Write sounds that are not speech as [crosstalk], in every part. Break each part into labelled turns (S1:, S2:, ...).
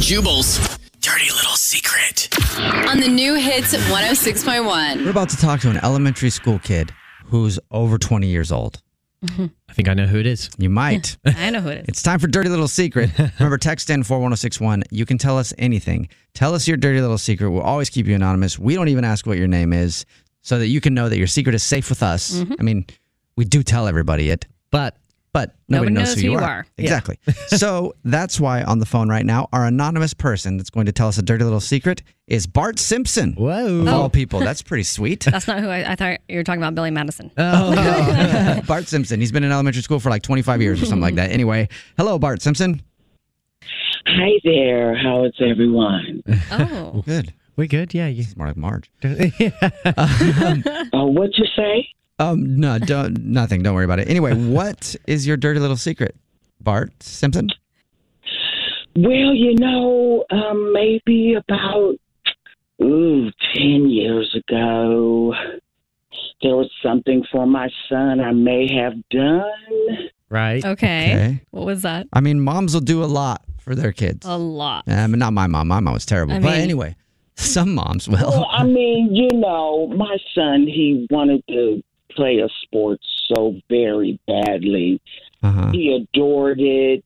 S1: Jubal's dirty little secret.
S2: on the new hits 106.1.
S3: We're about to talk to an elementary school kid who's over 20 years old.
S4: I think I know who it is.
S3: You might.
S5: [laughs] I know who
S3: [laughs]
S5: it is.
S3: It's time for Dirty Little Secret. Remember, text in 41061. You can tell us anything. Tell us your dirty little secret. We'll always keep you anonymous. We don't even ask what your name is so that you can know that your secret is safe with us.
S5: Mm-hmm.
S3: I mean, we do tell everybody it,
S4: But
S3: but nobody
S5: Nobody
S3: knows, who you are.
S5: Yeah.
S3: Exactly. so that's why on the phone right now, our anonymous person that's going to tell us a dirty little secret is Bart Simpson.
S4: Whoa.
S3: Of
S4: Oh.
S3: all people. That's pretty sweet.
S5: That's not who I, I thought you were talking about. Billy Madison.
S4: Oh,
S3: [laughs] Bart Simpson. He's been in elementary school for like 25 years or something like that. Anyway, hello, Bart Simpson.
S6: Hi there. How is everyone?
S5: [laughs] oh,
S3: Good.
S4: we good? Yeah, you.
S3: It's more like
S4: [laughs]
S3: Marge.
S6: Uh, what you say?
S3: Um, no, don't, nothing. Don't worry about it. Anyway, what is your dirty little secret, Bart Simpson?
S6: Well, you know, um, maybe about ooh, ten years ago, there was something for my son I may have done.
S4: [laughs] right.
S5: okay.
S3: Okay.
S5: What was that?
S3: I mean, moms will do a lot for their kids.
S5: A lot.
S3: I mean, not my mom. My mom was terrible.
S5: Oh. I
S3: but
S5: mean-
S3: anyway, some moms will.
S6: Well, I mean, you know, my son he wanted to play a sport so very badly.
S3: [laughs] Uh-huh.
S6: He adored it.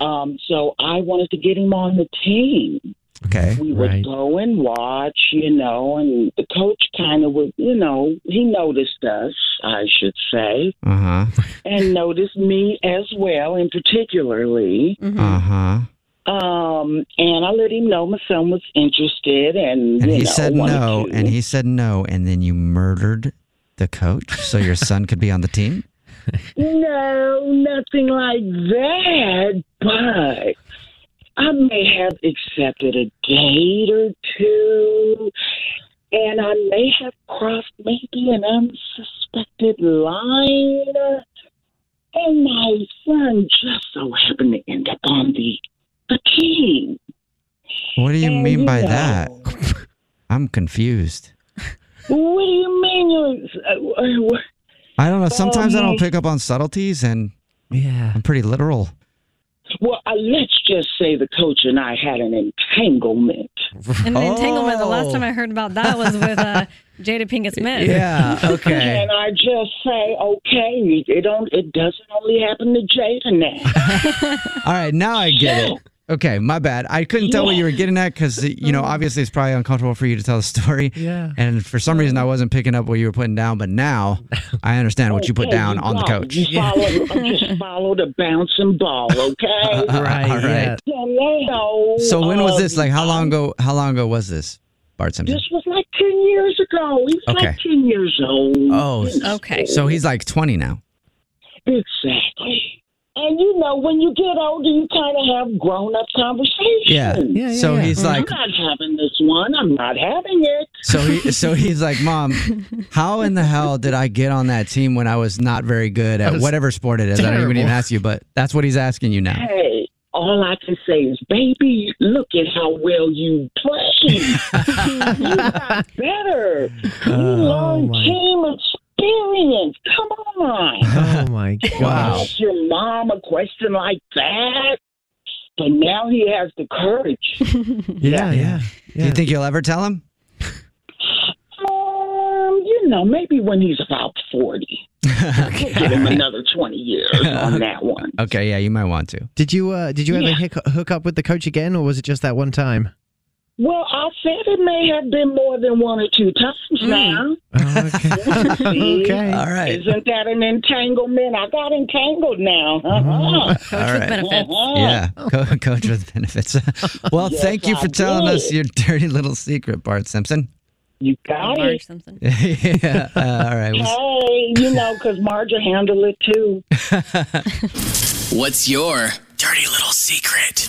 S6: Um, so I wanted to get him on the team.
S3: Okay.
S6: we would
S4: Right.
S6: go and watch, you know, and the coach kind of would, you know, he noticed us, I should say,
S3: Uh huh. [laughs]
S6: and noticed me as well, and particularly.
S5: Mhm.
S3: Uh huh.
S6: Um, and I let him know my son was interested, and
S3: And
S6: you
S3: he
S6: know,
S3: said
S6: wanted
S3: no,
S6: to-
S3: and he said no, and then you murdered the coach so your son could be on the team.
S6: no, nothing like that. But I may have accepted a date or two, and I may have crossed maybe an unsuspected line. And my son just so happened to end up on the the team.
S3: What do you
S6: And,
S3: mean by
S6: know,
S3: that? [laughs] I'm confused.
S6: What do you mean? you're- uh, uh,
S3: I don't know. Sometimes I don't
S6: my-
S3: pick up on subtleties, and
S4: Yeah.
S3: I'm pretty literal.
S6: Well, uh, let's just say the coach and I had an entanglement.
S5: [laughs] And an entanglement. The
S3: Oh.
S5: last time I heard about that was with uh, [laughs] Jada Pinkett Smith.
S3: Yeah.
S5: [laughs]
S3: Okay.
S6: And I just say, okay, it don't, it doesn't only happen to Jada
S3: [laughs]
S6: now.
S3: All right. Now I get it. Okay. My bad. I couldn't tell what you were getting at because you know obviously it's probably uncomfortable for you to tell the [laughs] story.
S4: Yeah.
S3: And for some reason I wasn't picking up what you were putting down, but now I understand what you put
S6: Okay,
S3: down on the
S6: go.
S3: coach.
S6: You
S3: [laughs]
S6: follow, uh, just follow the bouncing ball, okay?
S4: Uh, Right.
S3: All [laughs] right.
S4: Yeah.
S6: Hello.
S3: So when was
S6: Um,
S3: this? Like how long ago? How long ago was this, Bart Simpson?
S6: This was like ten years ago. He was
S3: Okay.
S6: like ten years old.
S3: Oh.
S5: Okay.
S3: So he's like 20 now.
S6: exactly. And you know, when you get older, you kind of have grown-up conversations.
S3: Yeah.
S4: Yeah, yeah,
S3: so
S4: yeah. Uh-huh.
S3: he's
S6: I'm
S3: like
S6: not having this one. I'm not having it.
S3: So he, so he's like,
S4: [laughs]
S3: Mom, how in the hell did I get on that team when I was not very good at
S4: was
S3: whatever sport it is? I don't even
S4: terrible.
S3: ask you, but that's what he's asking you now.
S6: Hey, all I can say is, baby, look at how well you
S4: [laughs]
S6: played. you got better. You learned
S4: Oh, my.
S6: team experience. Come on.
S4: [laughs] Oh my
S3: Wow.
S6: Ask your mom a question like that. But now he has the courage.
S4: Yeah, yeah.
S3: Do you think you'll ever tell him?
S6: um, you know, maybe when he's about 40. We'll give him another 20 years on that one.
S3: Okay, yeah, you might want to.
S4: Did you uh, did you ever hick- hook up with the coach again, or was it just that one time?
S6: Well, I said it may have been more than one or two times now.
S4: Oh, [laughs] okay.
S6: See?
S4: Hmm. [laughs] Okay.
S3: All right.
S6: Isn't that an entanglement? I got
S3: [laughs]
S6: entangled now. Uh-huh.
S5: Coach
S3: All
S5: with
S3: right.
S5: benefits.
S4: [laughs]
S6: Uh-huh.
S3: Yeah, co- coach with benefits. well,
S6: Yes,
S3: thank you
S6: I
S3: for telling
S6: did.
S3: us your dirty little secret, Bart Simpson. [laughs]
S6: You got
S5: Marge
S6: it.
S5: something.
S3: yeah, uh, all right. Well,
S6: Hey, you know, because Marge will handle it too.
S1: What's your dirty little secret?